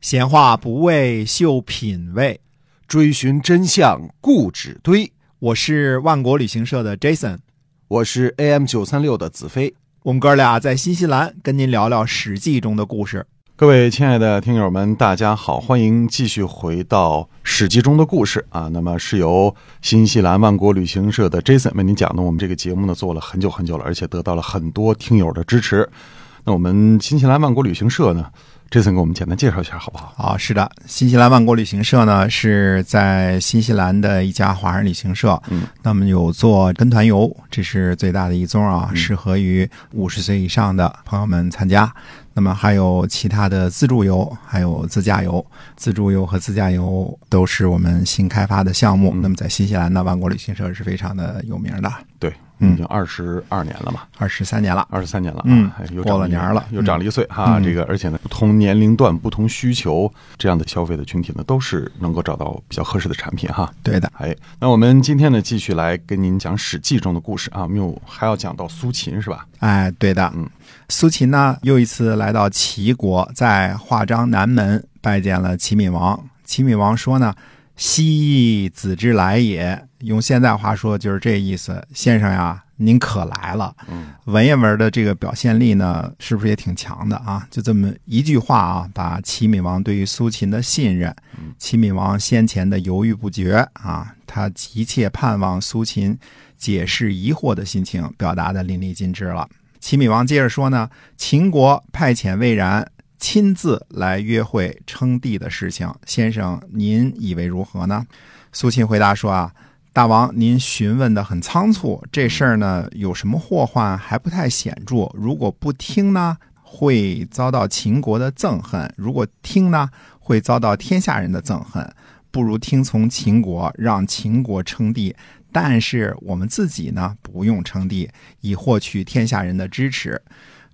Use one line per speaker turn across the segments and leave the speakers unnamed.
闲话不为秀品味，
追寻真相固执堆。
我是万国旅行社的 Jason，
我是 AM 九三六的子飞。
我们哥俩在新西兰跟您聊聊《史记》中的故事。
各位亲爱的听友们，大家好，欢迎继续回到《史记》中的故事啊。那么是由新西兰万国旅行社的 Jason 为您讲的。我们这个节目呢，做了很久很久了，而且得到了很多听友的支持。那我们新西兰万国旅行社呢，Jason 给我们简单介绍一下好不好？
啊，是的，新西兰万国旅行社呢是在新西兰的一家华人旅行社。
嗯，
那么有做跟团游，这是最大的一宗啊，适合于五十岁以上的朋友们参加。那么还有其他的自助游，还有自驾游。自助游和自驾游都是我们新开发的项目。那么在新西兰呢，万国旅行社是非常的有名的，
对，
嗯
已经二十二年了嘛。
二十三年了。
二十三年了啊，
嗯
哎又
过
长
了
一
年儿了
又长了一岁哈、
嗯
这个，而且呢，不同年龄段、不同需求这样的消费的群体呢，都是能够找到比较合适的产品哈。
对的，
哎，那我们今天呢，继续来跟您讲《史记》中的故事啊，没有还要讲到苏秦是吧？
哎，对的，
嗯，
苏秦呢又一次来到齐国，在华章南门拜见了齐闵王。齐闵王说呢：“昔子之来也。”用现在话说就是这意思，先生呀，您可来了。
嗯，
文言文的这个表现力呢，是不是也挺强的啊？就这么一句话啊，把齐闵王对于苏秦的信任
嗯，
齐闵王先前的犹豫不决啊，他急切盼望苏秦解释疑惑的心情，表达的淋漓尽致了。齐闵王接着说呢，秦国派遣魏然亲自来约会称帝的事情，先生您以为如何呢？苏秦回答说啊，大王，您询问的很仓促，这事儿呢有什么祸患还不太显著。如果不听呢，会遭到秦国的憎恨；如果听呢，会遭到天下人的憎恨。不如听从秦国，让秦国称帝。但是我们自己呢，不用称帝，以获取天下人的支持。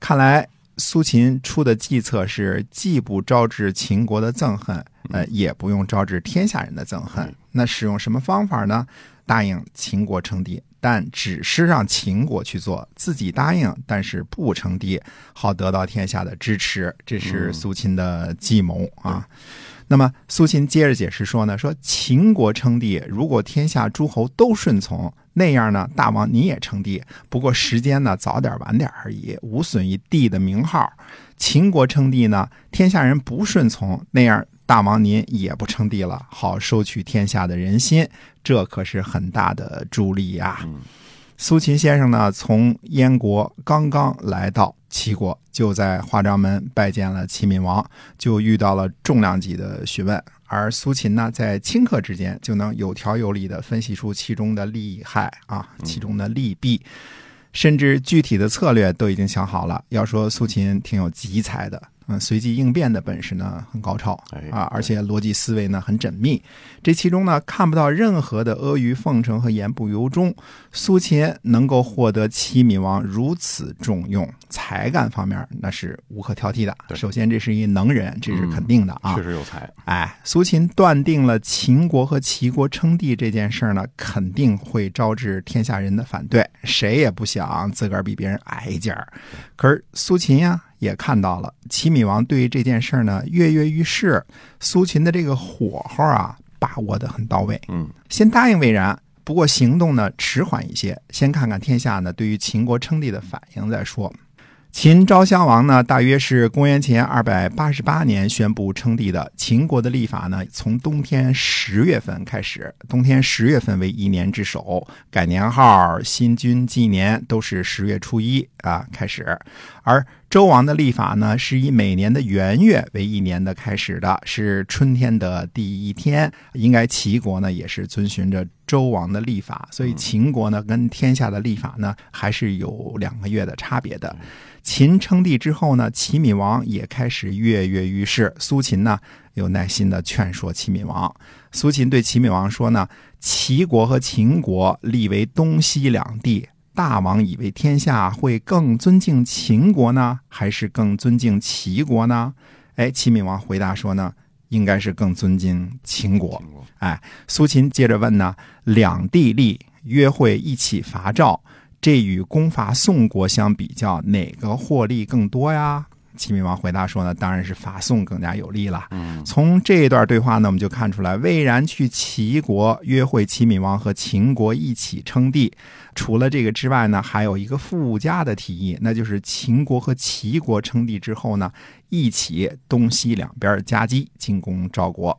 看来苏秦出的计策是既不招致秦国的憎恨，呃，也不用招致天下人的憎恨
嗯。
那使用什么方法呢？答应秦国称帝，但只是让秦国去做，自己答应，但是不称帝，好得到天下的支持。这是
嗯
苏秦的计谋啊。那么苏秦接着解释说呢，说秦国称帝，如果天下诸侯都顺从，那样呢，大王你也称帝，不过时间呢早点晚点而已，无损于帝的名号。秦国称帝呢，天下人不顺从，那样大王您也不称帝了，好收取天下的人心，这可是很大的助力呀、
嗯
苏秦先生呢，从燕国刚刚来到齐国，就在华章门拜见了齐闵王，就遇到了重量级的询问。而苏秦呢，在顷刻之间就能有条有理地分析出其中的利害啊，
嗯
其中的利弊。甚至具体的策略都已经想好了。要说苏秦挺有奇才的，嗯，随机应变的本事呢很高超
哎
啊，而且逻辑思维呢很缜密。这其中呢看不到任何的阿谀奉承和言不由衷。苏秦能够获得齐闵王如此重用，才干方面那是无可挑剔的。啊
对
首先，这是一能人，这是肯定的啊。
确实有才。
哎，苏秦断定了秦国和齐国称帝这件事儿呢，肯定会招致天下人的反对，谁也不想自个儿比别人矮一截儿。可是苏秦呀，也看到了齐闵王对于这件事儿呢跃跃欲试，苏秦的这个火候啊，把握的很到位。
嗯，
先答应魏然，不过行动呢迟缓一些，先看看天下呢对于秦国称帝的反应再说。秦昭襄王呢，大约是公元前二百八十八年宣布称帝的。秦国的历法呢，从冬天十月份开始，冬天十月份为一年之首，改年号、新君纪年都是十月初一啊开始。而周王的历法呢，是以每年的元月为一年的开始的，是春天的第一天。应该齐国呢，也是遵循着周王的历法，所以秦国呢，跟天下的历法呢，还是有两个月的差别的。秦称帝之后呢，齐闵王也开始跃跃欲试。苏秦呢，有耐心的劝说齐闵王。苏秦对齐闵王说呢：“齐国和秦国立为东西两帝，大王以为天下会更尊敬秦国呢，还是更尊敬齐国呢？”哎，齐闵王回答说呢：“应该是更尊敬秦国。”
听过
苏秦接着问呢：“两地利约会一起伐赵，这与攻伐宋国相比较，哪个获利更多呀？”齐闵王回答说呢，当然是伐宋更加有利了。从这一段对话呢，我们就看出来，魏然去齐国约会齐闵王和秦国一起称帝。除了这个之外呢，还有一个附加的提议，那就是秦国和齐国称帝之后呢，一起东西两边夹击进攻赵国。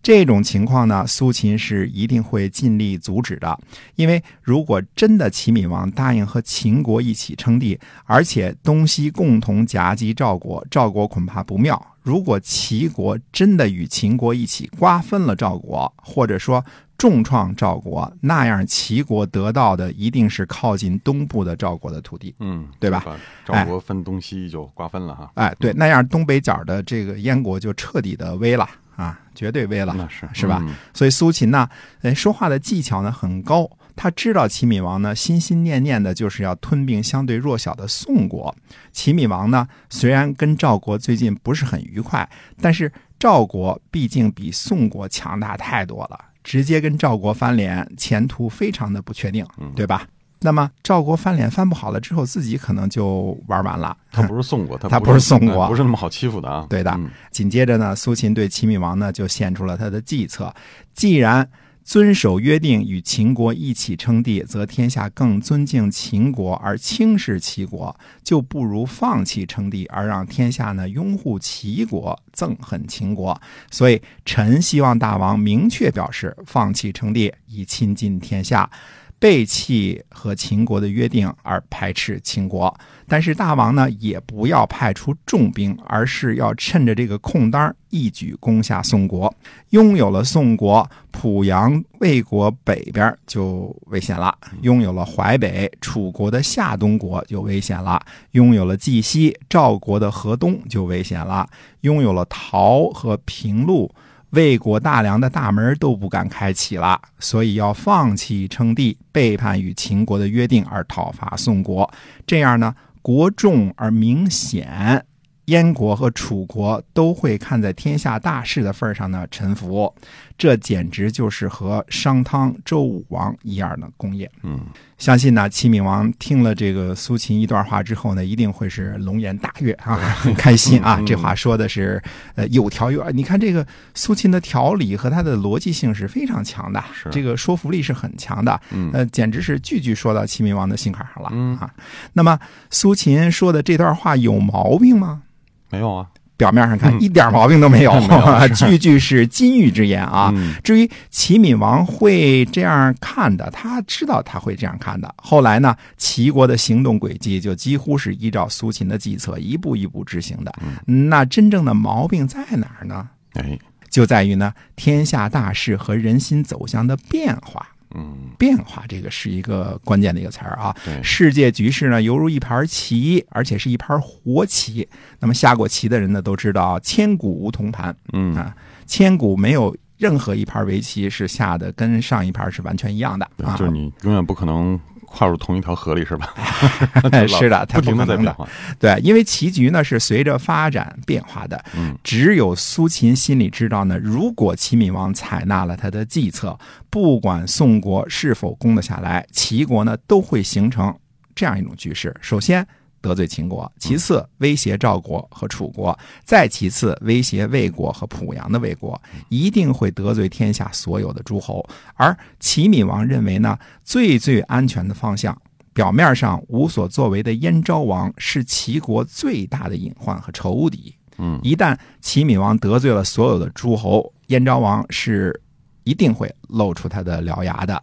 这种情况呢，苏秦是一定会尽力阻止的，因为如果真的齐闵王答应和秦国一起称帝，而且东西共同夹击赵国，赵国恐怕不妙。如果齐国真的与秦国一起瓜分了赵国，或者说重创赵国，那样齐国得到的一定是靠近东部的赵国的土地。
嗯，
对吧？
赵国分东西就瓜分了哈，
哎，对，那样东北角的这个燕国就彻底的危了啊，绝对危了。
那是
是吧？
嗯
所以苏秦呢，呃，说话的技巧呢很高，他知道齐闵王呢心心念念的就是要吞并相对弱小的宋国。齐闵王呢，虽然跟赵国最近不是很愉快，但是赵国毕竟比宋国强大太多了，直接跟赵国翻脸，前途非常的不确定，对吧？那么赵国翻脸翻不好了之后，自己可能就玩完了。
他不是宋 国，
他
不
不是宋国
哎不是那么好欺负的啊。
对的
嗯
紧接着呢，苏秦对齐闵王呢就献出了他的计策：既然遵守约定，与秦国一起称帝，则天下更尊敬秦国而轻视齐国，就不如放弃称帝，而让天下呢拥护齐国，憎恨秦国。所以，臣希望大王明确表示放弃称帝，以亲近天下。背弃和秦国的约定而排斥秦国，但是大王呢也不要派出重兵，而是要趁着这个空当儿一举攻下宋国。拥有了宋国，濮阳、魏国北边儿就危险了；拥有了淮北，楚国的夏东国就危险了；拥有了冀西，赵国的河东就危险了；拥有了陶和平陆。魏国大梁的大门都不敢开启了，所以要放弃称帝，背叛与秦国的约定而讨伐宋国。这样呢，国重而明显，燕国和楚国都会看在天下大事的份儿上呢臣服。这简直就是和商汤、周武王一样的功业。
嗯，
相信呢，齐闵王听了这个苏秦一段话之后呢，一定会是龙颜大悦啊， 很开心啊。
嗯
这话说的是，呃，有条有。你看这个苏秦的条理和他的逻辑性是非常强的，
是
这个说服力是很强的，
嗯
呃，简直是句句说到齐闵王的心坎上了、
嗯
啊。那么苏秦说的这段话有毛病吗？
没有啊
表面上看
嗯
一点毛病都没有，
没有
句句是金玉之言啊。
嗯
至于齐闵王会这样看的，他知道他会这样看的。后来呢，齐国的行动轨迹就几乎是依照苏秦的计策一步一步执行的。那真正的毛病在哪儿呢？
哎，
就在于呢，天下大势和人心走向的变化。
嗯，
变化这个是一个关键的一个词儿啊。
对，
世界局势呢，犹如一盘棋，而且是一盘活棋。那么下过棋的人呢，都知道千古无同盘，
嗯
啊千古没有任何一盘围棋是下的跟上一盘是完全一样的
对
啊
就。是你永远不可能跨入同一条河里，是吧？
啊 是的，它
不停
可
的在
能
变
的。
化。
对，因为棋局呢是随着发展变化的。
嗯，
只有苏秦心里知道呢，如果齐闵王采纳了他的计策，不管宋国是否攻得下来，齐国呢都会形成这样一种局势：首先得罪秦国，其次威胁赵国和楚国，再其次威胁魏国和濮阳的魏国，一定会得罪天下所有的诸侯。而齐闵王认为呢，最最安全的方向。表面上无所作为的燕昭王是齐国最大的隐患和仇敌。
嗯，
一旦齐闵王得罪了所有的诸侯，燕昭王是一定会露出他的獠牙的。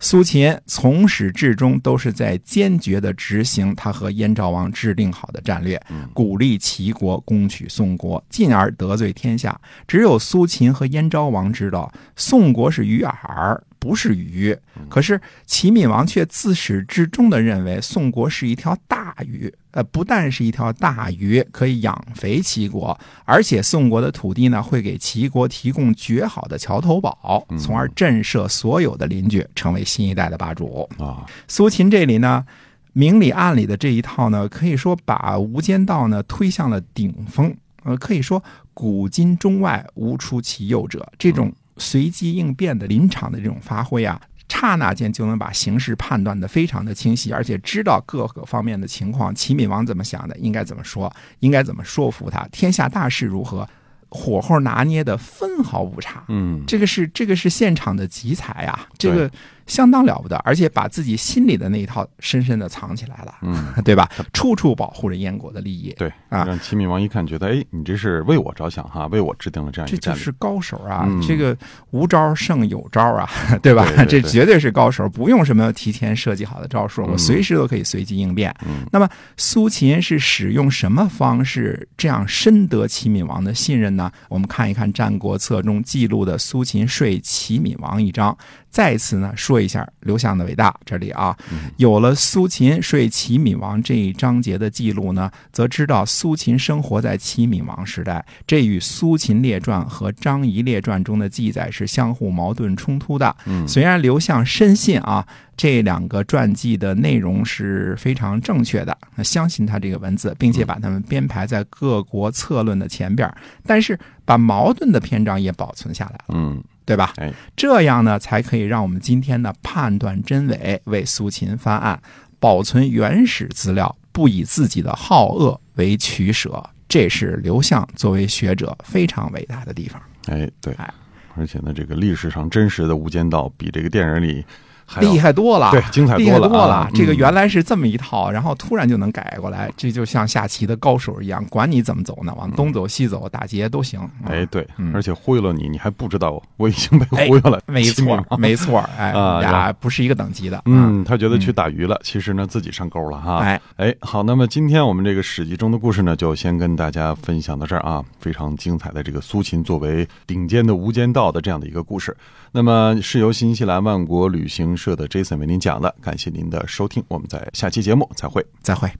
苏秦从始至终都是在坚决地执行他和燕昭王制定好的战略，鼓励齐国攻取宋国，进而得罪天下。只有苏秦和燕昭王知道，宋国是鱼饵，不是鱼。可是齐闵王却自始至终地认为宋国是一条大鱼，呃，不但是一条大鱼可以养肥齐国，而且宋国的土地呢会给齐国提供绝好的桥头堡，从而震慑所有的邻居，成为新一代的霸主。
啊，
苏秦这里呢，明里暗里的这一套呢，可以说把《无间道呢》推向了顶峰。呃，可以说古今中外无出其右者。这种随机应变的临场的这种发挥啊，差刹那间就能把形势判断的非常的清晰，而且知道各个方面的情况，齐闵王怎么想的，应该怎么说，应该怎么说服他，天下大势如何，火候拿捏的分毫不差。
嗯，
这个是这个是现场的集才啊，这
对
个相当了不得，而且把自己心里的那一套深深的藏起来了，
嗯
对吧？处处保护着燕国的利益，
对，
啊
让齐闵王一看，觉得哎，你这是为我着想哈，为我制定了这样一
这
个战
就
略。
是高手啊！
嗯
这个无招胜有招啊，对吧？
对对对
这绝对是高手，不用什么提前设计好的招数，我随时都可以随机应变。
嗯
那么苏秦是使用什么方式这样深得齐闵王的信任呢？我们看一看《战国策》中记录的苏秦说齐闵王一章。再次呢说一下刘向的伟大，这里啊，
嗯
有了苏秦说齐闵王这一章节的记录呢，则知道苏秦生活在齐闵王时代，这与《苏秦列传》和《张仪列传》中的记载是相互矛盾冲突的。
嗯
虽然刘向深信啊这两个传记的内容是非常正确的，那相信他这个文字，
嗯
并且把它们编排在各国策论的前边儿，但是把矛盾的篇章也保存下来了，
嗯，
对吧？
哎，
这样呢，才可以让我们今天呢判断真伪，为苏秦翻案，保存原始资料，不以自己的好恶为取舍。这是刘向作为学者非常伟大的地方，
哎，对
哎，
而且呢，这个历史上真实的《无间道》比这个电影里还要
厉害多了，
对精彩
厉
多
害
了
多
啊嗯
这个原来是这么一套，然后突然就能改过来，这就像下棋的高手一样，管你怎么走呢，往东走西走，打劫都行。啊
哎，，对，
嗯哎
而且忽悠了你，你还不知道我已经被忽悠了，
没
秦
错
始皇，
没错，哎，
啊
俩不是一个等级的。啊，
嗯，他觉得去打鱼了，其实呢自己上钩了哈。
哎，
哎，好，那么今天我们这个《史记》中的故事呢，就先跟大家分享到这儿啊，非常精彩的这个苏秦作为顶尖的无间道的这样的一个故事，那么是由新西兰万国旅行社的 Jason 为您讲的，感谢您的收听，我们在下期节目再会。
再会。